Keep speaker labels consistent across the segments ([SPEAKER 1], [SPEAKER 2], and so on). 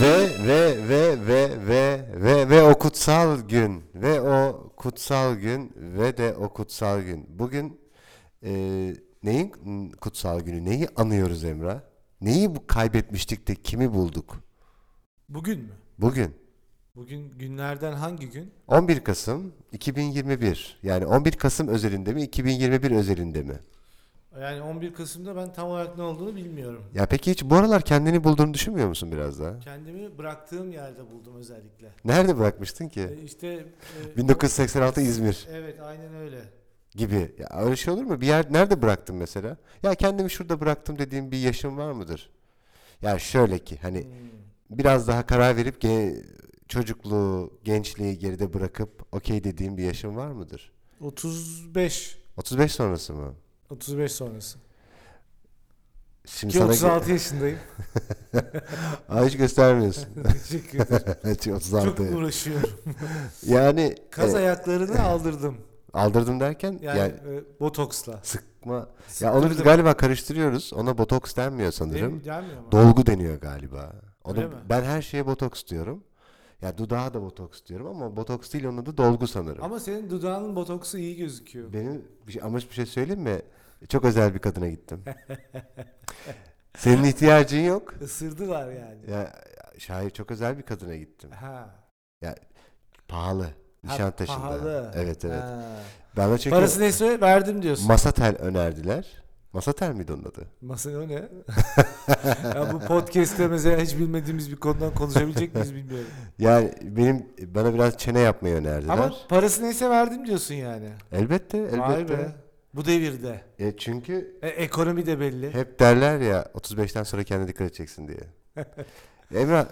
[SPEAKER 1] Ve ve ve ve ve ve ve o kutsal gün ve o kutsal gün ve de o kutsal gün. Bugün e, neyin kutsal günü? Neyi anıyoruz Emrah? Neyi bu kaybetmiştik de kimi bulduk?
[SPEAKER 2] Bugün mü?
[SPEAKER 1] Bugün
[SPEAKER 2] Bugün günlerden hangi gün?
[SPEAKER 1] 11 Kasım 2021. Yani 11 Kasım özelinde mi 2021 özelinde mi?
[SPEAKER 2] Yani 11 Kasım'da ben tam olarak ne olduğunu bilmiyorum.
[SPEAKER 1] Ya peki hiç bu aralar kendini bulduğunu düşünmüyor musun biraz daha?
[SPEAKER 2] Kendimi bıraktığım yerde buldum özellikle.
[SPEAKER 1] Nerede bırakmıştın ki?
[SPEAKER 2] E, işte e,
[SPEAKER 1] 1986 İzmir.
[SPEAKER 2] Evet aynen öyle.
[SPEAKER 1] gibi. Ya öyle şey olur mu? Bir yer nerede bıraktın mesela? Ya kendimi şurada bıraktım dediğim bir yaşın var mıdır? Ya şöyle ki hani
[SPEAKER 2] Hmm.
[SPEAKER 1] biraz daha karar verip ge- çocukluğu, gençliği geride bırakıp okey dediğim bir yaşın var mıdır?
[SPEAKER 2] 35
[SPEAKER 1] 35 sonrası mı?
[SPEAKER 2] 35 sonrası.
[SPEAKER 1] Şimdi
[SPEAKER 2] Ki
[SPEAKER 1] sana
[SPEAKER 2] 36 yaşındayım.
[SPEAKER 1] Aa, hiç göstermiyorsun.
[SPEAKER 2] Teşekkür ederim.
[SPEAKER 1] Evet,
[SPEAKER 2] Çok
[SPEAKER 1] 36.
[SPEAKER 2] uğraşıyorum.
[SPEAKER 1] yani
[SPEAKER 2] Kaz
[SPEAKER 1] e,
[SPEAKER 2] ayaklarını aldırdım.
[SPEAKER 1] aldırdım derken
[SPEAKER 2] Yani,
[SPEAKER 1] yani
[SPEAKER 2] e, botoksla.
[SPEAKER 1] sıkma. Ya onu biz
[SPEAKER 2] Sıktırdım.
[SPEAKER 1] galiba karıştırıyoruz. Ona botoks denmiyor sanırım.
[SPEAKER 2] Dem- denmiyor mu?
[SPEAKER 1] Dolgu deniyor galiba.
[SPEAKER 2] Öyle
[SPEAKER 1] Onu
[SPEAKER 2] mi?
[SPEAKER 1] ben her şeye botoks diyorum. Ya dudağa da botoks diyorum ama botoks değil onun adı dolgu sanırım.
[SPEAKER 2] Ama senin dudağının botoksu iyi gözüküyor.
[SPEAKER 1] Benim bir şey, ama bir şey söyleyeyim mi? Çok özel bir kadına gittim. Senin ihtiyacın yok.
[SPEAKER 2] Isırdılar yani.
[SPEAKER 1] Ya şair çok özel bir kadına gittim.
[SPEAKER 2] Ha.
[SPEAKER 1] Pahalı.
[SPEAKER 2] Ha,
[SPEAKER 1] Nişantaşı'nda.
[SPEAKER 2] pahalı.
[SPEAKER 1] Evet evet.
[SPEAKER 2] Ha.
[SPEAKER 1] Ben de çünkü
[SPEAKER 2] Parası neyse verdim diyorsun.
[SPEAKER 1] masa tel önerdiler. Masa tel miydi onun adı?
[SPEAKER 2] Masa o ne? ya bu podcast'te mesela hiç bilmediğimiz bir konudan konuşabilecek miyiz bilmiyorum.
[SPEAKER 1] Yani benim bana biraz çene yapmayı önerdiler.
[SPEAKER 2] Ama parası neyse verdim diyorsun yani.
[SPEAKER 1] Elbette
[SPEAKER 2] Vay
[SPEAKER 1] elbette.
[SPEAKER 2] be. Bu devirde.
[SPEAKER 1] E, çünkü
[SPEAKER 2] E, ekonomi de belli.
[SPEAKER 1] Hep derler ya 35'ten sonra kendine dikkat edeceksin diye. Emrah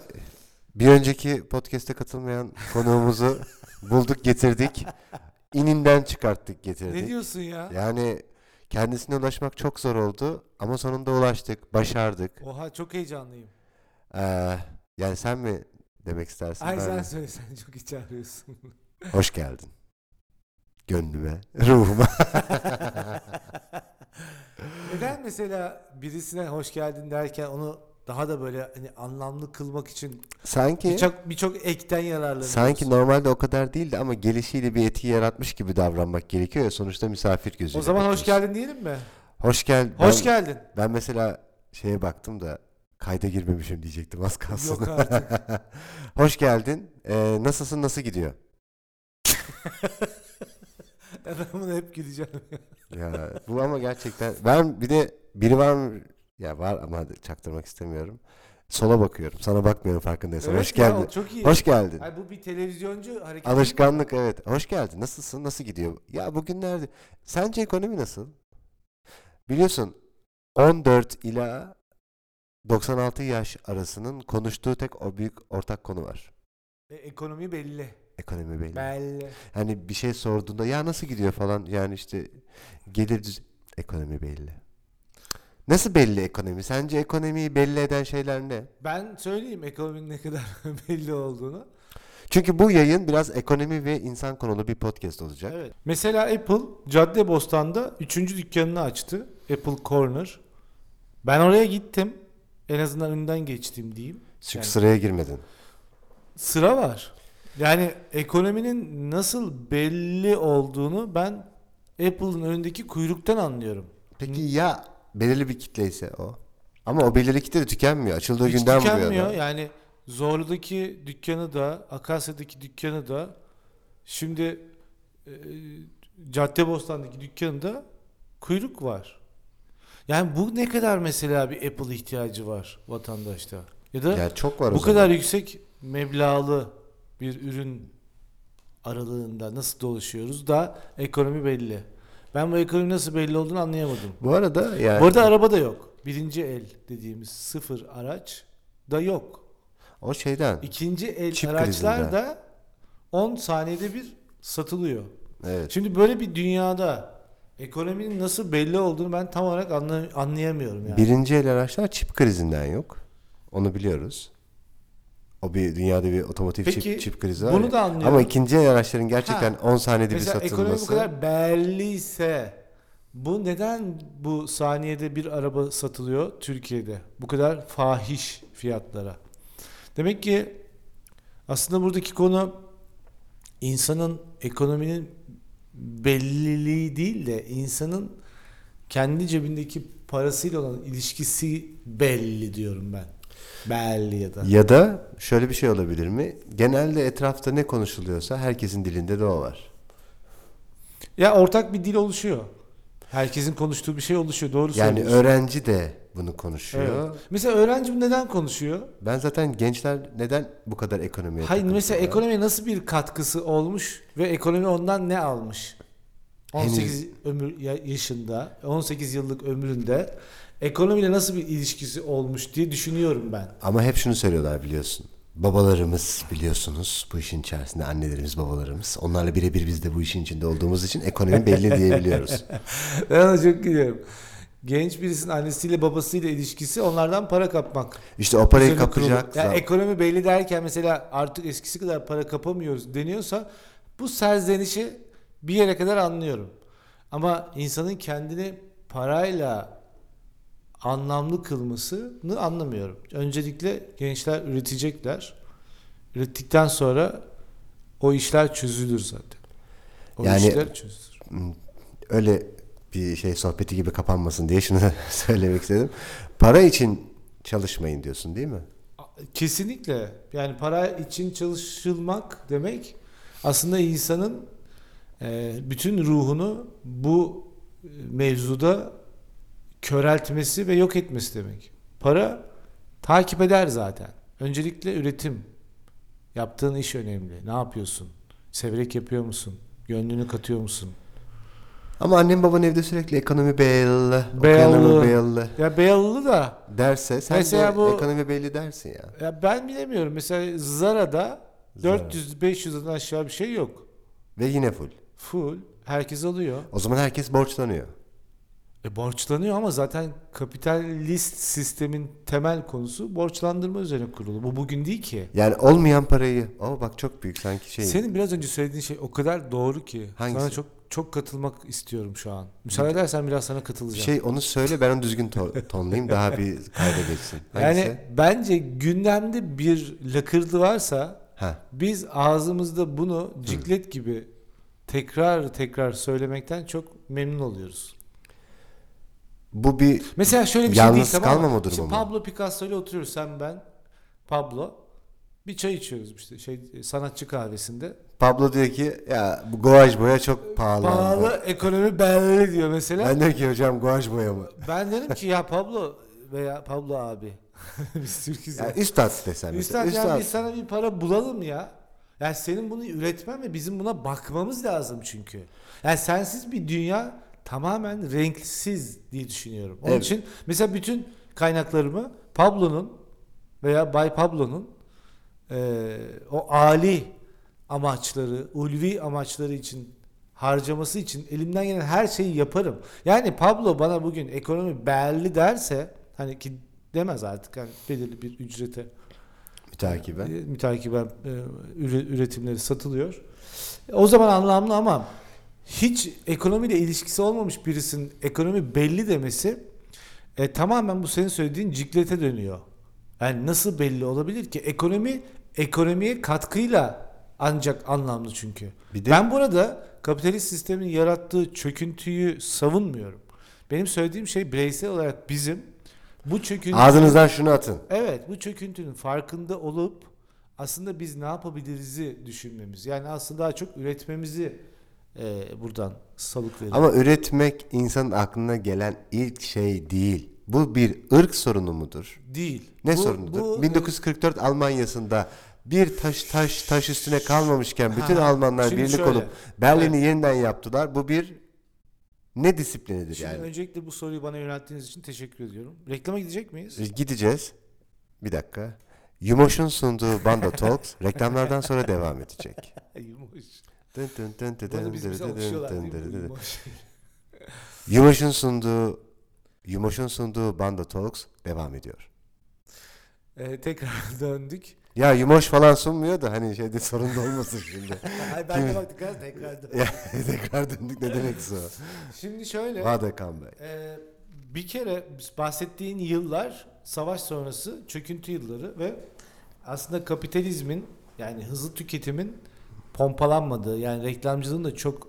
[SPEAKER 1] bir önceki podcast'e katılmayan konuğumuzu bulduk getirdik. İninden çıkarttık
[SPEAKER 2] Ne
[SPEAKER 1] getirdik.
[SPEAKER 2] diyorsun ya?
[SPEAKER 1] Yani kendisine ulaşmak çok zor oldu ama sonunda ulaştık, başardık.
[SPEAKER 2] Oha çok heyecanlıyım.
[SPEAKER 1] Ee, yani sen mi demek istersin?
[SPEAKER 2] Ay
[SPEAKER 1] ben
[SPEAKER 2] sen
[SPEAKER 1] mi?
[SPEAKER 2] söyle sen çok iyi çağırıyorsun.
[SPEAKER 1] Hoş geldin. Gönlüme, ruhuma.
[SPEAKER 2] Neden mesela birisine hoş geldin derken onu daha da böyle hani anlamlı kılmak için
[SPEAKER 1] Sanki
[SPEAKER 2] birçok birçok ekten yararlanıyorsun.
[SPEAKER 1] Sanki normalde o kadar değildi ama gelişiyle bir etki yaratmış gibi davranmak gerekiyor ya sonuçta misafir gözüyle.
[SPEAKER 2] O zaman hoş
[SPEAKER 1] bakıyorsun.
[SPEAKER 2] geldin diyelim mi?
[SPEAKER 1] Hoş gel.
[SPEAKER 2] Hoş
[SPEAKER 1] ben,
[SPEAKER 2] geldin.
[SPEAKER 1] Ben mesela şeye baktım da kayda girmemişim diyecektim az kalsın.
[SPEAKER 2] Yok artık.
[SPEAKER 1] hoş geldin. Ee, nasılsın? Nasıl gidiyor?
[SPEAKER 2] Adamın hep gideceğim.
[SPEAKER 1] Ya bu ama gerçekten ben bir de biri var mı? Ya var ama çaktırmak istemiyorum. Sola bakıyorum. Sana bakmıyorum farkındaysan. hoş
[SPEAKER 2] ya,
[SPEAKER 1] geldin.
[SPEAKER 2] o çok iyi.
[SPEAKER 1] Hoş geldin.
[SPEAKER 2] Ay bu bir televizyoncu hareketi.
[SPEAKER 1] Alışkanlık evet. Hoş geldin. Nasılsın? Nasıl gidiyor? Ya bugünlerde sence ekonomi nasıl? Biliyorsun 14 ila 96 yaş arasının konuştuğu tek o büyük ortak konu var.
[SPEAKER 2] E, ekonomi belli.
[SPEAKER 1] Ekonomi belli.
[SPEAKER 2] Belli.
[SPEAKER 1] Hani bir şey sorduğunda ya nasıl gidiyor falan yani işte gelir düz ekonomi belli. Nasıl belli ekonomi? Sence ekonomiyi belli eden şeyler ne?
[SPEAKER 2] Ben söyleyeyim ekonominin ne kadar belli olduğunu.
[SPEAKER 1] Çünkü bu yayın biraz ekonomi ve insan konulu bir podcast olacak.
[SPEAKER 2] Evet. Mesela Apple Caddebostan'da 3. dükkanını açtı. Apple Corner. Ben oraya gittim. En azından önünden geçtim diyeyim.
[SPEAKER 1] Çünkü
[SPEAKER 2] Yani-
[SPEAKER 1] sıraya girmedin.
[SPEAKER 2] Sıra var. Yani ekonominin nasıl belli olduğunu ben Apple'ın önündeki kuyruktan anlıyorum.
[SPEAKER 1] Peki ya belirli bir kitle ise o? Ama o belirli kitle de tükenmiyor. Açıldığı
[SPEAKER 2] Hiç
[SPEAKER 1] günden bu yana.
[SPEAKER 2] tükenmiyor. Yani Zorlu'daki dükkanı da, Akasya'daki dükkanı da, şimdi e, Caddebostan'daki dükkanı da kuyruk var. Yani bu ne kadar mesela bir Apple ihtiyacı var vatandaşta? Ya da
[SPEAKER 1] Ya çok var o
[SPEAKER 2] bu
[SPEAKER 1] zaman.
[SPEAKER 2] kadar yüksek meblağlı bir ürün aralığında nasıl dolaşıyoruz da ekonomi belli. Ben bu ekonomi nasıl belli olduğunu anlayamadım.
[SPEAKER 1] Bu arada yani
[SPEAKER 2] Bu arada araba da yok. Birinci el dediğimiz sıfır araç da yok.
[SPEAKER 1] o şeyden.
[SPEAKER 2] İkinci el
[SPEAKER 1] Çip
[SPEAKER 2] araçlar
[SPEAKER 1] krizinden.
[SPEAKER 2] da 10 saniyede bir satılıyor.
[SPEAKER 1] Evet.
[SPEAKER 2] Şimdi böyle bir dünyada ekonominin nasıl belli olduğunu ben tam olarak anla- anlayamıyorum yani.
[SPEAKER 1] Birinci el araçlar çip krizinden yok. Onu biliyoruz. O bir dünyada bir otomotiv
[SPEAKER 2] Peki,
[SPEAKER 1] çip, çip krizi var.
[SPEAKER 2] bunu
[SPEAKER 1] ya.
[SPEAKER 2] da anlıyorum.
[SPEAKER 1] Ama ikinci el araçların gerçekten
[SPEAKER 2] Ha.
[SPEAKER 1] 10 saniyede bir
[SPEAKER 2] Mesela
[SPEAKER 1] satılması.
[SPEAKER 2] ekonomi bu kadar belliyse bu neden bu saniyede bir araba satılıyor Türkiye'de? Bu kadar fahiş fiyatlara. Demek ki aslında buradaki konu insanın ekonominin belliliği değil de insanın kendi cebindeki parasıyla olan ilişkisi belli diyorum ben. Belli ya da.
[SPEAKER 1] Ya da şöyle bir şey olabilir mi? Genelde etrafta ne konuşuluyorsa herkesin dilinde de o var.
[SPEAKER 2] Ya ortak bir dil oluşuyor. Herkesin konuştuğu bir şey oluşuyor. Doğru
[SPEAKER 1] Yani
[SPEAKER 2] söylüyorsun.
[SPEAKER 1] öğrenci de bunu konuşuyor.
[SPEAKER 2] Evet. Mesela öğrencim neden konuşuyor?
[SPEAKER 1] Ben zaten gençler neden bu kadar ekonomiye
[SPEAKER 2] Hayır
[SPEAKER 1] takıntılı?
[SPEAKER 2] mesela ekonomiye nasıl bir katkısı olmuş ve ekonomi ondan ne almış? 18 ömür ya- yaşında, 18 yıllık ömründe ekonomiyle nasıl bir ilişkisi olmuş diye düşünüyorum ben.
[SPEAKER 1] Ama hep şunu söylüyorlar biliyorsun. Babalarımız biliyorsunuz bu işin içerisinde annelerimiz babalarımız. Onlarla birebir biz de bu işin içinde olduğumuz için ekonomi belli diyebiliyoruz.
[SPEAKER 2] Ben ona çok gülüyorum. Genç birisinin annesiyle babasıyla ilişkisi onlardan para kapmak.
[SPEAKER 1] İşte o parayı
[SPEAKER 2] Üzerine kurulu.
[SPEAKER 1] kapacak.
[SPEAKER 2] Ya
[SPEAKER 1] zam-
[SPEAKER 2] ekonomi belli derken mesela artık eskisi kadar para kapamıyoruz deniyorsa bu serzenişi bir yere kadar anlıyorum. Ama insanın kendini parayla anlamlı kılmasını anlamıyorum. Öncelikle gençler üretecekler. Ürettikten sonra o işler çözülür zaten. O
[SPEAKER 1] Yani-
[SPEAKER 2] işler çözülür.
[SPEAKER 1] Hmm, öyle bir şey sohbeti gibi kapanmasın diye şunu söylemek istedim. Para için çalışmayın diyorsun değil mi?
[SPEAKER 2] Kesinlikle. Yani para için çalışılmak demek aslında insanın e, bütün ruhunu bu e, mevzuda köreltmesi ve yok etmesi demek. Para takip eder zaten. Öncelikle üretim. Yaptığın iş önemli. Ne yapıyorsun? Severek yapıyor musun? Gönlünü katıyor musun?
[SPEAKER 1] Ama annem baban evde sürekli ekonomi belli,
[SPEAKER 2] Belli.
[SPEAKER 1] ekonomi belli
[SPEAKER 2] Ya Beyalılı da
[SPEAKER 1] derse sen
[SPEAKER 2] Mesela
[SPEAKER 1] de
[SPEAKER 2] bu-
[SPEAKER 1] ekonomi belli dersin ya.
[SPEAKER 2] ya ben bilemiyorum. Mesela Zara'da
[SPEAKER 1] Zara.
[SPEAKER 2] 400-500'den aşağı bir şey yok.
[SPEAKER 1] Ve yine full.
[SPEAKER 2] Full. Herkes alıyor.
[SPEAKER 1] O zaman herkes borçlanıyor.
[SPEAKER 2] E borçlanıyor ama zaten kapitalist sistemin temel konusu borçlandırma üzerine kurulu. Bu bugün değil ki.
[SPEAKER 1] Yani olmayan parayı. Aa bak çok büyük sanki şey.
[SPEAKER 2] Senin biraz önce söylediğin şey o kadar doğru ki.
[SPEAKER 1] Hangisi?
[SPEAKER 2] Sana çok çok katılmak istiyorum şu an. Müsaade edersen biraz sana katılacağım.
[SPEAKER 1] Şey onu söyle ben onu düzgün to- tonlayayım daha bir kayda geçsin.
[SPEAKER 2] yani
[SPEAKER 1] Hangisi?
[SPEAKER 2] bence gündemde bir lakırdı varsa
[SPEAKER 1] ha.
[SPEAKER 2] biz ağzımızda bunu ciklet gibi tekrar tekrar söylemekten çok memnun oluyoruz.
[SPEAKER 1] Bu bir
[SPEAKER 2] Mesela şöyle bir
[SPEAKER 1] Yalnız
[SPEAKER 2] şey değil tamam
[SPEAKER 1] kalmama durumu
[SPEAKER 2] Şimdi
[SPEAKER 1] mu?
[SPEAKER 2] Pablo Picasso ile oturuyoruz sen ben Pablo bir çay içiyoruz işte şey e, sanatçı kahvesinde.
[SPEAKER 1] Pablo diyor ki ya bu guaj boya çok pahalı.
[SPEAKER 2] Pahalı ekonomi belli diyor mesela. Ben,
[SPEAKER 1] Ben diyorum ki hocam guaj boya mı?
[SPEAKER 2] dedim ki ya Pablo veya Pablo abi biz Türk'üz ya.
[SPEAKER 1] Ya üstad desem.
[SPEAKER 2] Üstad
[SPEAKER 1] mesela,
[SPEAKER 2] ya
[SPEAKER 1] üstad.
[SPEAKER 2] biz sana bir para bulalım ya. Yani senin bunu üretmen ve bizim buna bakmamız lazım çünkü. Yani sensiz bir dünya tamamen renksiz diye düşünüyorum. Onun
[SPEAKER 1] Evet.
[SPEAKER 2] için mesela bütün kaynaklarımı Pablo'nun veya Bay Pablo'nun eee, o Ali amaçları, ulvi amaçları için harcaması için elimden gelen her şeyi yaparım. Yani Pablo bana bugün ekonomi belli derse hani ki demez artık hani belirli bir ücrete
[SPEAKER 1] Mütakiben.
[SPEAKER 2] e, mütakiben e, üre- üretimleri satılıyor. E, O zaman anlamlı ama hiç ekonomiyle ilişkisi olmamış birisinin ekonomi belli demesi e, tamamen bu senin söylediğin ciklete dönüyor. Yani nasıl belli olabilir ki? Ekonomi ekonomiye katkıyla ancak anlamlı çünkü.
[SPEAKER 1] Bir de-
[SPEAKER 2] Ben burada kapitalist sistemin yarattığı çöküntüyü savunmuyorum. Benim söylediğim şey bireysel olarak bizim bu çöküntü
[SPEAKER 1] Ağzınızdan şunu atın.
[SPEAKER 2] Evet bu çöküntünün farkında olup aslında biz ne yapabiliriz'i düşünmemiz. Yani aslında daha çok üretmemizi e, buradan salık veriyor.
[SPEAKER 1] Ama üretmek insanın aklına gelen ilk şey değil. Bu bir ırk sorunu mudur?
[SPEAKER 2] Değil.
[SPEAKER 1] Ne
[SPEAKER 2] Bu-
[SPEAKER 1] sorunudur?
[SPEAKER 2] bu-
[SPEAKER 1] 1944 Almanya'sında bir taş taş taş üstüne kalmamışken bütün
[SPEAKER 2] Ha,
[SPEAKER 1] Almanlar
[SPEAKER 2] şimdi
[SPEAKER 1] birlik
[SPEAKER 2] şöyle.
[SPEAKER 1] olup Berlin'i yeniden yaptılar. Bu bir ne disiplinidir
[SPEAKER 2] Şimdi
[SPEAKER 1] yani?
[SPEAKER 2] öncelikle bu soruyu bana yönelttiğiniz için teşekkür ediyorum. Reklama gidecek miyiz?
[SPEAKER 1] E, Gideceğiz. Bir dakika. Yumoş'un sunduğu Banda Talks reklamlardan sonra devam edecek.
[SPEAKER 2] Yumuş.
[SPEAKER 1] Dın dın dın dın
[SPEAKER 2] Bunu
[SPEAKER 1] dın
[SPEAKER 2] biz
[SPEAKER 1] dın
[SPEAKER 2] bize
[SPEAKER 1] dın
[SPEAKER 2] alışıyorlar
[SPEAKER 1] dın
[SPEAKER 2] değil
[SPEAKER 1] dın
[SPEAKER 2] mi?
[SPEAKER 1] dın.
[SPEAKER 2] Yumuş.
[SPEAKER 1] Yumoş'un sunduğu Yumoş'un sunduğu Banda Talks devam ediyor.
[SPEAKER 2] E, tekrar döndük.
[SPEAKER 1] Ya Yumoş falan sunmuyor da hani şeyde sorun da olmasın şimdi.
[SPEAKER 2] Ay, ben de baktık ha, tekrar döndük.
[SPEAKER 1] ya, tekrar döndük ne demekse o.
[SPEAKER 2] Şimdi şöyle.
[SPEAKER 1] Vade comeback.
[SPEAKER 2] Ee, bir kere bahsettiğin yıllar savaş sonrası çöküntü yılları ve aslında kapitalizmin yani hızlı tüketimin pompalanmadığı yani reklamcılığın da çok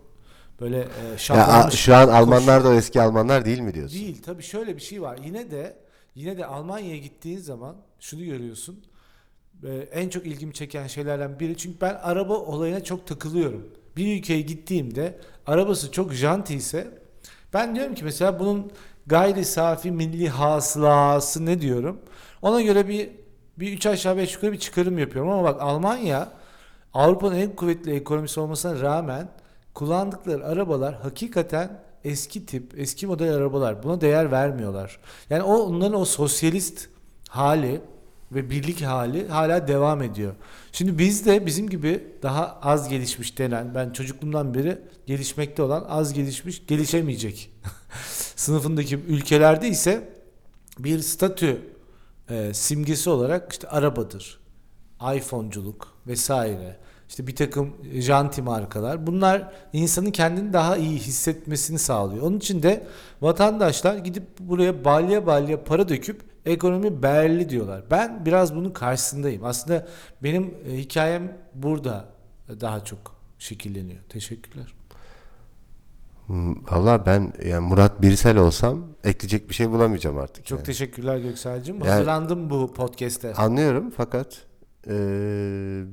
[SPEAKER 2] böyle e,
[SPEAKER 1] Ya, a-
[SPEAKER 2] şartlanmış
[SPEAKER 1] şu an Almanlar da o eski Almanlar değil mi diyorsun?
[SPEAKER 2] Değil tabii şöyle bir şey var. Yine de yine de Almanya'ya gittiğin zaman şunu görüyorsun. Ee, en çok ilgimi çeken şeylerden biri çünkü ben araba olayına çok takılıyorum. Bir ülkeye gittiğimde arabası çok janti ise ben diyorum ki mesela bunun gayri safi milli hasılası ne diyorum? Ona göre bir bir üç aşağı beş yukarı bir çıkarım yapıyorum ama bak Almanya Avrupa'nın en kuvvetli ekonomisi olmasına rağmen kullandıkları arabalar hakikaten eski tip, eski model arabalar. Buna değer vermiyorlar. Yani o onların o sosyalist hali ve birlik hali hala devam ediyor. Şimdi biz de bizim gibi daha az gelişmiş denen, ben çocukluğumdan beri gelişmekte olan az gelişmiş, gelişemeyecek sınıfındaki ülkelerde ise bir statü e, simgesi olarak işte arabadır, iPhone'culuk vesaire. İşte bir takım janti markalar. Bunlar insanın kendini daha iyi hissetmesini sağlıyor. Onun için de vatandaşlar gidip buraya balya balya para döküp ekonomi berli diyorlar. Ben biraz bunun karşısındayım. Aslında benim e, hikayem burada daha çok şekilleniyor. Teşekkürler.
[SPEAKER 1] Hmm, Valla ben yani Murat Birsel olsam ekleyecek bir şey bulamayacağım artık.
[SPEAKER 2] Çok
[SPEAKER 1] yani.
[SPEAKER 2] teşekkürler Göksel'cim.
[SPEAKER 1] Yani-
[SPEAKER 2] Hazırlandım bu podcast'e.
[SPEAKER 1] Anlıyorum fakat eee,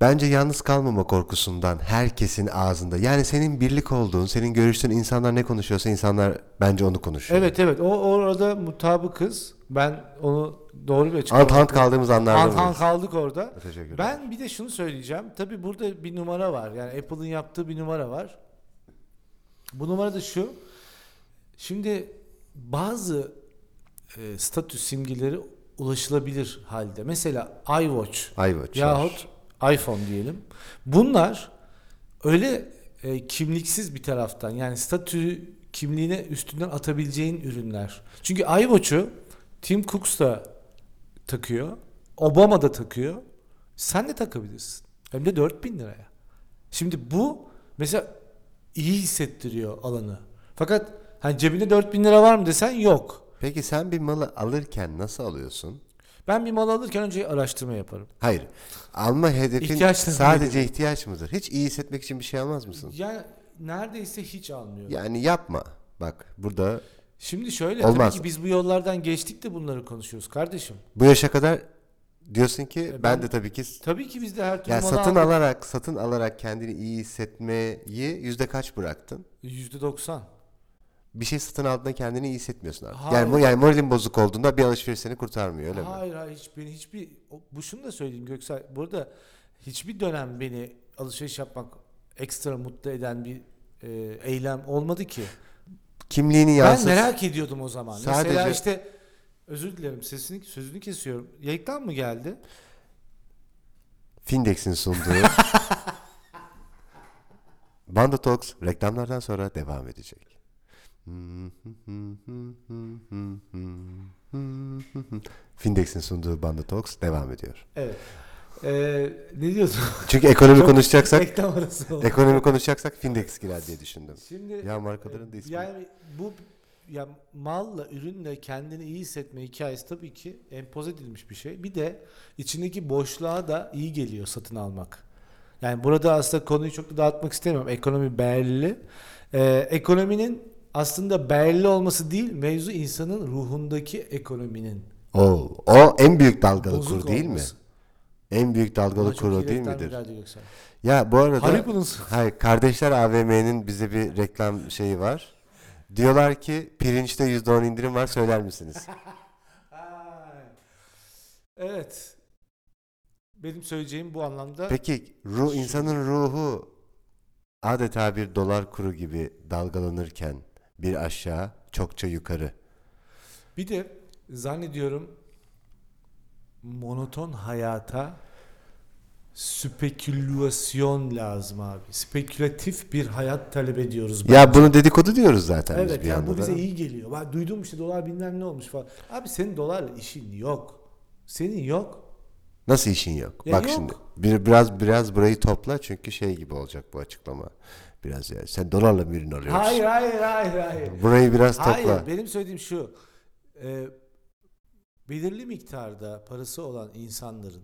[SPEAKER 1] bence yalnız kalmama korkusundan herkesin ağzında. Yani senin birlik olduğun, senin görüştüğün insanlar ne konuşuyorsa insanlar bence onu konuşuyor.
[SPEAKER 2] Evet evet. O orada mutabıkız. Ben onu doğru bir açıklama.
[SPEAKER 1] Ant ant kaldığımız anlarda
[SPEAKER 2] Ant
[SPEAKER 1] mıyız?
[SPEAKER 2] ant kaldık orada.
[SPEAKER 1] Teşekkürler.
[SPEAKER 2] Ben bir de şunu söyleyeceğim. Tabii burada bir numara var. Yani Apple'ın yaptığı bir numara var. Bu numara da şu. Şimdi bazı e, statü simgeleri ulaşılabilir halde. Mesela iWatch
[SPEAKER 1] iWatch.
[SPEAKER 2] yahut iPhone diyelim. Bunlar öyle e, kimliksiz bir taraftan yani statü kimliğine üstünden atabileceğin ürünler. Çünkü iWatch'u Tim Cooks da takıyor. Obama da takıyor. Sen de takabilirsin. Hem de 4000 liraya. Şimdi bu mesela iyi hissettiriyor alanı. Fakat hani cebinde 4000 lira var mı desen yok.
[SPEAKER 1] Peki sen bir malı alırken nasıl alıyorsun?
[SPEAKER 2] Ben bir mal alırken önce araştırma yaparım.
[SPEAKER 1] Hayır. Alma hedefin
[SPEAKER 2] İhtiyaçla
[SPEAKER 1] sadece ihtiyaç mıdır? Hiç iyi hissetmek için bir şey almaz mısın?
[SPEAKER 2] Yani neredeyse hiç almıyorum.
[SPEAKER 1] Yani yapma. Bak burada
[SPEAKER 2] Şimdi şöyle
[SPEAKER 1] Olmaz.
[SPEAKER 2] tabii ki biz bu yollardan geçtik de bunları konuşuyoruz kardeşim.
[SPEAKER 1] bu yaşa kadar diyorsun ki ben,
[SPEAKER 2] E, ben-
[SPEAKER 1] de tabii ki
[SPEAKER 2] Tabii ki biz de her türlü
[SPEAKER 1] ya
[SPEAKER 2] malı
[SPEAKER 1] satın
[SPEAKER 2] aldık.
[SPEAKER 1] alarak satın alarak kendini iyi hissetmeyi yüzde kaç bıraktın?
[SPEAKER 2] %90.
[SPEAKER 1] Bir şey satın aldığında kendini iyi hissetmiyorsun artık.
[SPEAKER 2] Hayır.
[SPEAKER 1] Yani, mo- yani moralin bozuk olduğunda bir alışveriş seni kurtarmıyor öyle mi?
[SPEAKER 2] hayır hayır hiç beni hiçbir o- bu şunu da söyleyeyim Göksel. Burada hiçbir dönem beni alışveriş yapmak ekstra mutlu eden bir e, eylem olmadı ki.
[SPEAKER 1] Kimliğini yansıt.
[SPEAKER 2] Ben merak ediyordum o zaman. Mesela
[SPEAKER 1] Sadece-
[SPEAKER 2] işte özür dilerim sesini sözünü kesiyorum. Yayıktan mı geldi?
[SPEAKER 1] Findex'in sunduğu Banda Talks reklamlardan sonra devam edecek. Findex'in sunduğu Banda Talks devam ediyor.
[SPEAKER 2] Evet. Ee, ne diyorsun?
[SPEAKER 1] Çünkü ekonomi konuşacaksak
[SPEAKER 2] Reklam arası oldu.
[SPEAKER 1] ekonomi konuşacaksak Findex girer diye düşündüm.
[SPEAKER 2] Şimdi
[SPEAKER 1] Ya markaların da ismi.
[SPEAKER 2] Yani bu ya malla ürünle kendini iyi hissetme hikayesi tabii ki empoze edilmiş bir şey. Bir de içindeki boşluğa da iyi geliyor satın almak. Yani burada aslında konuyu çok da dağıtmak istemiyorum. Ekonomi belli. Ee, ekonominin aslında belli olması değil, mevzu insanın ruhundaki ekonominin
[SPEAKER 1] O, o en büyük dalgalı
[SPEAKER 2] bozuk
[SPEAKER 1] kur değil mi?
[SPEAKER 2] olması.
[SPEAKER 1] En büyük
[SPEAKER 2] Buna
[SPEAKER 1] dalgalı
[SPEAKER 2] çok
[SPEAKER 1] kur
[SPEAKER 2] iyi
[SPEAKER 1] o değil
[SPEAKER 2] reklam
[SPEAKER 1] midir?
[SPEAKER 2] verdi Göksel.
[SPEAKER 1] Ya bu arada
[SPEAKER 2] Haribo'nun-
[SPEAKER 1] Hayır, Kardeşler AVM'nin bize bir reklam şeyi var. Diyorlar ki pirinçte %10 indirim var söyler misiniz?
[SPEAKER 2] Ay. Evet. Benim söyleyeceğim bu anlamda
[SPEAKER 1] Peki ruh insanın ruhu adeta bir dolar kuru gibi dalgalanırken bir aşağı çokça yukarı.
[SPEAKER 2] Bir de zannediyorum monoton hayata spekülasyon lazım abi. Spekülatif bir hayat talep ediyoruz.
[SPEAKER 1] Ya bunu dedikodu diyoruz zaten biz
[SPEAKER 2] evet
[SPEAKER 1] bir
[SPEAKER 2] yani
[SPEAKER 1] yanda
[SPEAKER 2] bu
[SPEAKER 1] da.
[SPEAKER 2] bize iyi geliyor. Ben duydum işte dolar bilmem ne olmuş falan. Abi senin dolarla işin yok. Senin yok.
[SPEAKER 1] Nasıl işin yok?
[SPEAKER 2] Ya
[SPEAKER 1] Bak
[SPEAKER 2] yok.
[SPEAKER 1] şimdi bir, biraz biraz burayı topla çünkü şey gibi olacak bu açıklama. Biraz yani sen dolarla mı ürün alıyorsun?
[SPEAKER 2] Hayır hayır hayır hayır.
[SPEAKER 1] Burayı biraz topla.
[SPEAKER 2] Hayır benim söylediğim şu. Ee, belirli miktarda parası olan insanların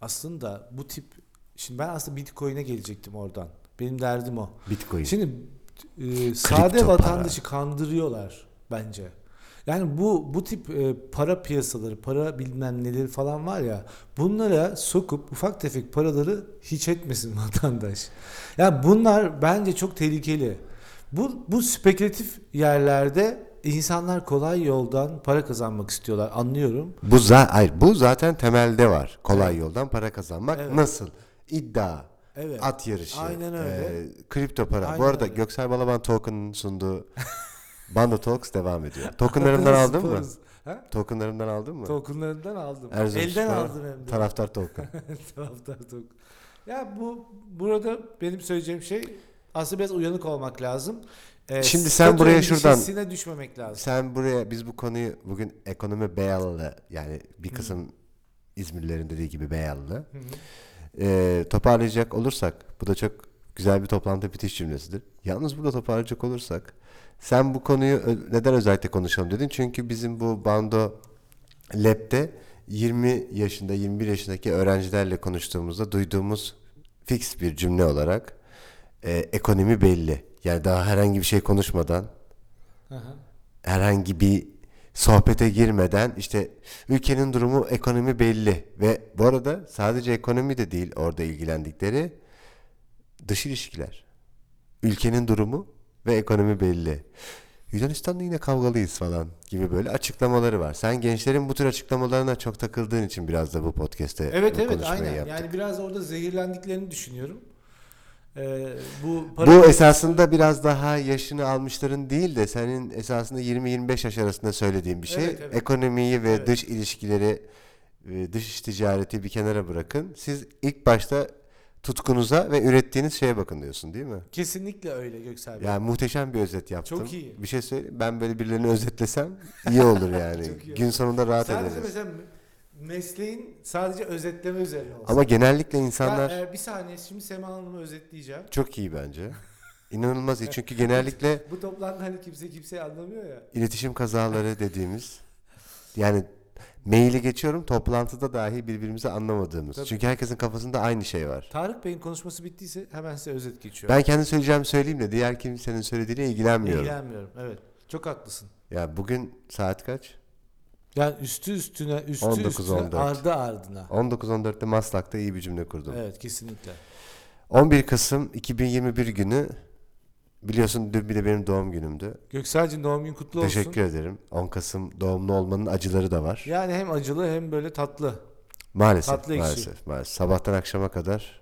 [SPEAKER 2] aslında bu tip şimdi ben aslında Bitcoin'e gelecektim oradan. Benim derdim o.
[SPEAKER 1] Bitcoin.
[SPEAKER 2] Şimdi e, sade
[SPEAKER 1] Kripto para.
[SPEAKER 2] vatandaşı kandırıyorlar bence. Yani bu bu tip e, para piyasaları, para bilmem neleri falan var ya bunlara sokup ufak tefek paraları hiç etmesin vatandaş. Ya bunlar bence çok tehlikeli. Bu bu spekülatif yerlerde insanlar kolay yoldan para kazanmak istiyorlar. Anlıyorum.
[SPEAKER 1] Bu za hayır bu zaten temelde var. Kolay yoldan para kazanmak
[SPEAKER 2] Evet.
[SPEAKER 1] nasıl? İddia,
[SPEAKER 2] Evet.
[SPEAKER 1] at yarışı,
[SPEAKER 2] Aynen öyle.
[SPEAKER 1] e, kripto para.
[SPEAKER 2] Aynen
[SPEAKER 1] bu arada
[SPEAKER 2] öyle.
[SPEAKER 1] Göksel Balaban Token'ın sunduğu Bando Talks devam ediyor. Tokenlarımdan aldın mı?
[SPEAKER 2] Sporuz. Ha?
[SPEAKER 1] Tokenlarımdan aldın mı?
[SPEAKER 2] Tokenlarından aldım.
[SPEAKER 1] Erzurum
[SPEAKER 2] Elden
[SPEAKER 1] Spor'a
[SPEAKER 2] aldım hem de.
[SPEAKER 1] Taraftar token.
[SPEAKER 2] Taraftar tok. Ya bu burada benim söyleyeceğim şey aslında biraz uyanık olmak lazım. Ee,
[SPEAKER 1] Şimdi sen
[SPEAKER 2] statü
[SPEAKER 1] buraya şuradan-
[SPEAKER 2] endişesine düşmemek lazım.
[SPEAKER 1] Sen buraya biz bu konuyu bugün ekonomi beyalı yani bir kısım İzmirlilerin dediği gibi beyalı.
[SPEAKER 2] Hı hı.
[SPEAKER 1] Ee, toparlayacak olursak bu da çok güzel bir toplantı bitiş cümlesidir. Yalnız burada toparlayacak olursak sen bu konuyu ö- neden özellikle konuşalım dedin? Çünkü bizim bu Bando Lab'de 20 yaşında 21 yaşındaki öğrencilerle konuştuğumuzda duyduğumuz fix bir cümle olarak e, ekonomi belli. Yani daha herhangi bir şey konuşmadan
[SPEAKER 2] Aha.
[SPEAKER 1] herhangi bir sohbete girmeden işte ülkenin durumu ekonomi belli ve bu arada sadece ekonomi de değil orada ilgilendikleri dış ilişkiler. Ülkenin durumu ve ekonomi belli. Yunanistan'da yine kavgalıyız falan gibi böyle açıklamaları var. Sen gençlerin bu tür açıklamalarına çok takıldığın için biraz da bu podcast'te
[SPEAKER 2] Evet
[SPEAKER 1] bu
[SPEAKER 2] evet
[SPEAKER 1] konuşmayı
[SPEAKER 2] aynen.
[SPEAKER 1] yaptık.
[SPEAKER 2] Yani biraz orada zehirlendiklerini düşünüyorum. Ee, bu
[SPEAKER 1] Bu esasında biraz daha yaşını almışların değil de senin esasında 20-25 yaş arasında söylediğin bir şey.
[SPEAKER 2] Evet, evet.
[SPEAKER 1] Ekonomiyi ve
[SPEAKER 2] Evet.
[SPEAKER 1] dış ilişkileri, e, dış ticareti bir kenara bırakın. Siz ilk başta tutkunuza ve ürettiğiniz şeye bakın diyorsun değil mi?
[SPEAKER 2] kesinlikle öyle Göksel Bey.
[SPEAKER 1] Yani muhteşem bir özet yaptım.
[SPEAKER 2] Çok iyi.
[SPEAKER 1] Bir şey söyleyeyim. Ben böyle birilerini özetlesem iyi olur yani.
[SPEAKER 2] Çok iyi
[SPEAKER 1] Gün
[SPEAKER 2] olur.
[SPEAKER 1] sonunda rahat
[SPEAKER 2] sadece
[SPEAKER 1] ederiz.
[SPEAKER 2] mesela mesleğin sadece özetleme üzerine olsun.
[SPEAKER 1] Ama genellikle
[SPEAKER 2] Ben,
[SPEAKER 1] insanlar
[SPEAKER 2] e, bir saniye şimdi Sema Hanım'ı özetleyeceğim.
[SPEAKER 1] çok iyi bence. İnanılmaz iyi. Çünkü genellikle
[SPEAKER 2] Bu toplantıda hani kimse kimseyi anlamıyor ya.
[SPEAKER 1] İletişim kazaları dediğimiz yani maili geçiyorum toplantıda dahi birbirimizi anlamadığımız.
[SPEAKER 2] Tabii.
[SPEAKER 1] Çünkü herkesin kafasında aynı şey var.
[SPEAKER 2] Tarık Bey'in konuşması bittiyse hemen size özet geçiyorum.
[SPEAKER 1] Ben kendi söyleyeceğimi söyleyeyim de diğer kimsenin söylediğiyle ilgilenmiyorum.
[SPEAKER 2] İlgilenmiyorum. Evet. Çok haklısın.
[SPEAKER 1] Ya bugün saat kaç?
[SPEAKER 2] Yani üstü üstüne üstü
[SPEAKER 1] 19,
[SPEAKER 2] üstüne
[SPEAKER 1] 14.
[SPEAKER 2] ardı ardına.
[SPEAKER 1] 19.14'te Maslak'ta iyi bir cümle kurdum.
[SPEAKER 2] Evet kesinlikle.
[SPEAKER 1] 11 Kasım 2021 günü biliyorsun dün bir de benim doğum günümdü.
[SPEAKER 2] Göksel'cim doğum günün kutlu olsun.
[SPEAKER 1] Teşekkür ederim. 10 Kasım doğumlu olmanın acıları da var.
[SPEAKER 2] Yani hem acılı hem böyle tatlı.
[SPEAKER 1] Maalesef,
[SPEAKER 2] Tatlı ekşi.
[SPEAKER 1] maalesef, maalesef. Sabahtan akşama kadar,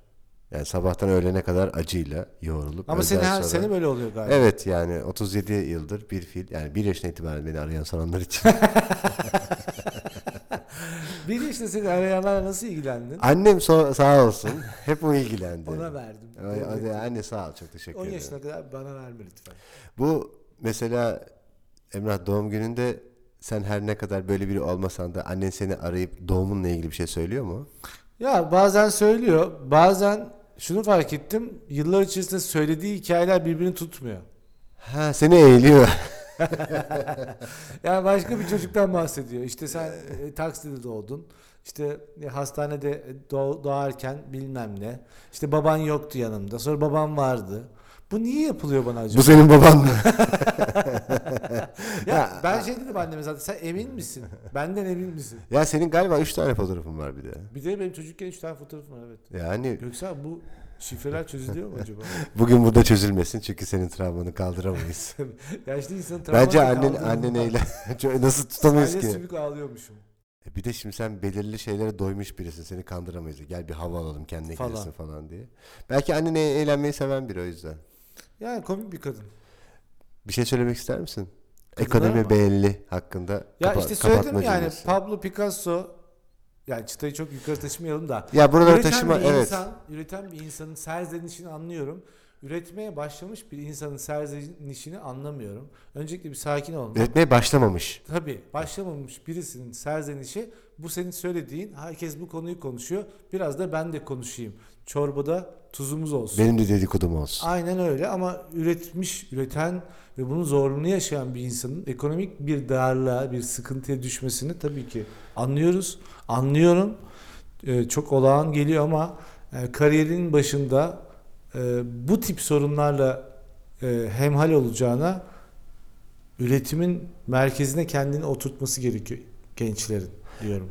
[SPEAKER 1] yani sabahtan öğlene kadar acıyla yoğrulup.
[SPEAKER 2] Ama
[SPEAKER 1] öğleden
[SPEAKER 2] senin her
[SPEAKER 1] sonra-
[SPEAKER 2] sene böyle oluyor galiba.
[SPEAKER 1] Evet yani 37 yıldır bir fil, yani bir yaşına itibaren beni arayan soranlar için.
[SPEAKER 2] Bir de işte seni arayanlara nasıl ilgilendin?
[SPEAKER 1] Annem so- sağ olsun, hep o ilgilendi.
[SPEAKER 2] Ona verdim.
[SPEAKER 1] Ay- ay- Anne sağ ol, çok teşekkür
[SPEAKER 2] 10
[SPEAKER 1] ederim.
[SPEAKER 2] yaşına kadar bana verme lütfen.
[SPEAKER 1] Bu mesela Emrah doğum gününde sen her ne kadar böyle biri olmasan da annen seni arayıp doğumunla ilgili bir şey söylüyor mu?
[SPEAKER 2] Ya bazen söylüyor. Bazen şunu fark ettim. Yıllar içerisinde söylediği hikayeler birbirini tutmuyor.
[SPEAKER 1] Ha seni eğiliyor.
[SPEAKER 2] Yani başka bir çocuktan bahsediyor. İşte sen e, Taksim'de doğdun. İşte e, hastanede doğ- doğarken bilmem ne. İşte baban yoktu yanımda. Sonra baban vardı. Bu niye yapılıyor bana acaba?
[SPEAKER 1] Bu senin baban mı?
[SPEAKER 2] ya ben şey dedim anneme zaten sen emin misin? Benden emin misin?
[SPEAKER 1] Ya senin galiba 3 tane fotoğrafın var bir de.
[SPEAKER 2] Bir de benim çocukken 3 tane fotoğrafım var evet.
[SPEAKER 1] Yani
[SPEAKER 2] Göksel bu şifreler çözülüyor mu acaba?
[SPEAKER 1] bugün burada çözülmesin çünkü senin travmanı kaldıramayız.
[SPEAKER 2] Yaşlı insanın
[SPEAKER 1] Bence
[SPEAKER 2] travmatik
[SPEAKER 1] annen
[SPEAKER 2] aldığını-
[SPEAKER 1] annen eyle Çok- nasıl tutamayız
[SPEAKER 2] Aile
[SPEAKER 1] ki? E,
[SPEAKER 2] sümük ağlıyormuşum.
[SPEAKER 1] Bir de şimdi sen belirli şeylere doymuş birisin. Seni kandıramayız. E, Gel bir hava alalım kendine
[SPEAKER 2] Falan.
[SPEAKER 1] gelsin falan diye. Belki annen e- eğlenmeyi seven biri o yüzden.
[SPEAKER 2] Yani komik bir kadın.
[SPEAKER 1] Bir şey söylemek ister misin?
[SPEAKER 2] Kadınlar
[SPEAKER 1] Ekonomi
[SPEAKER 2] ama-
[SPEAKER 1] belli hakkında.
[SPEAKER 2] Ya
[SPEAKER 1] kapa-
[SPEAKER 2] işte söyledim
[SPEAKER 1] kapatma
[SPEAKER 2] yani
[SPEAKER 1] cümlesi.
[SPEAKER 2] Pablo Picasso yani çıtayı çok yukarı taşımayalım da
[SPEAKER 1] ya buraları
[SPEAKER 2] üreten
[SPEAKER 1] taşıma
[SPEAKER 2] bir
[SPEAKER 1] evet.
[SPEAKER 2] insan, üreten bir insanın serzenişini anlıyorum. üretmeye başlamış bir insanın serzenişini anlamıyorum. Öncelikle bir sakin olmak.
[SPEAKER 1] Üretmeye başlamamış.
[SPEAKER 2] Tabii başlamamış birisinin serzenişi bu senin söylediğin herkes bu konuyu konuşuyor. Biraz da ben de konuşayım. Çorbada tuzumuz olsun.
[SPEAKER 1] Benim de dedikodum olsun.
[SPEAKER 2] Aynen öyle ama üretmiş, üreten ve bunun zorluğunu yaşayan bir insanın ekonomik bir darlığa, bir sıkıntıya düşmesini tabii ki anlıyoruz. Anlıyorum. Ee, çok olağan geliyor ama e, kariyerin başında e, bu tip sorunlarla e, hemhal olacağına üretimin merkezine kendini oturtması gerekiyor gençlerin diyorum.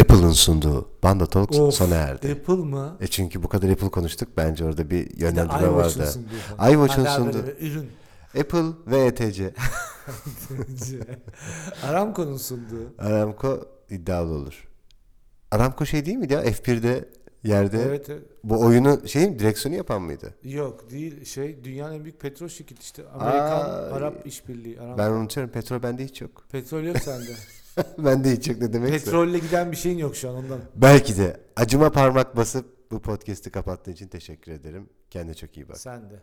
[SPEAKER 1] Apple'ın sunduğu Banda Talk
[SPEAKER 2] Of,
[SPEAKER 1] sona erdi.
[SPEAKER 2] Apple mı?
[SPEAKER 1] E çünkü bu kadar Apple konuştuk. Bence orada bir
[SPEAKER 2] Bir de
[SPEAKER 1] yönlendirme
[SPEAKER 2] iWatch'ın
[SPEAKER 1] vardı.
[SPEAKER 2] sunduğu falan.
[SPEAKER 1] iWatch'ın
[SPEAKER 2] Hala
[SPEAKER 1] sunduğu.
[SPEAKER 2] böyle Ürün.
[SPEAKER 1] Apple ve E ETC.
[SPEAKER 2] Aramco'nun sunduğu.
[SPEAKER 1] Aramco iddialı olur. Aramco şey değil miydi ya? F1'de yerde
[SPEAKER 2] Evet, evet.
[SPEAKER 1] bu oyunu şeyin direksiyonu yapan mıydı?
[SPEAKER 2] Yok değil şey dünyanın en büyük petrol şirketi işte. Amerikan
[SPEAKER 1] Aa, e-
[SPEAKER 2] Arap işbirliği. Aram.
[SPEAKER 1] Ben unutuyorum. Petrol bende hiç yok.
[SPEAKER 2] Petrol yok sende.
[SPEAKER 1] bende hiç yok ne demekse.
[SPEAKER 2] Petrolle giden bir şeyin yok şu an ondan.
[SPEAKER 1] Belki de acıma parmak basıp bu podcast'i kapattığın için teşekkür ederim. Kendine çok iyi bak.
[SPEAKER 2] Sende.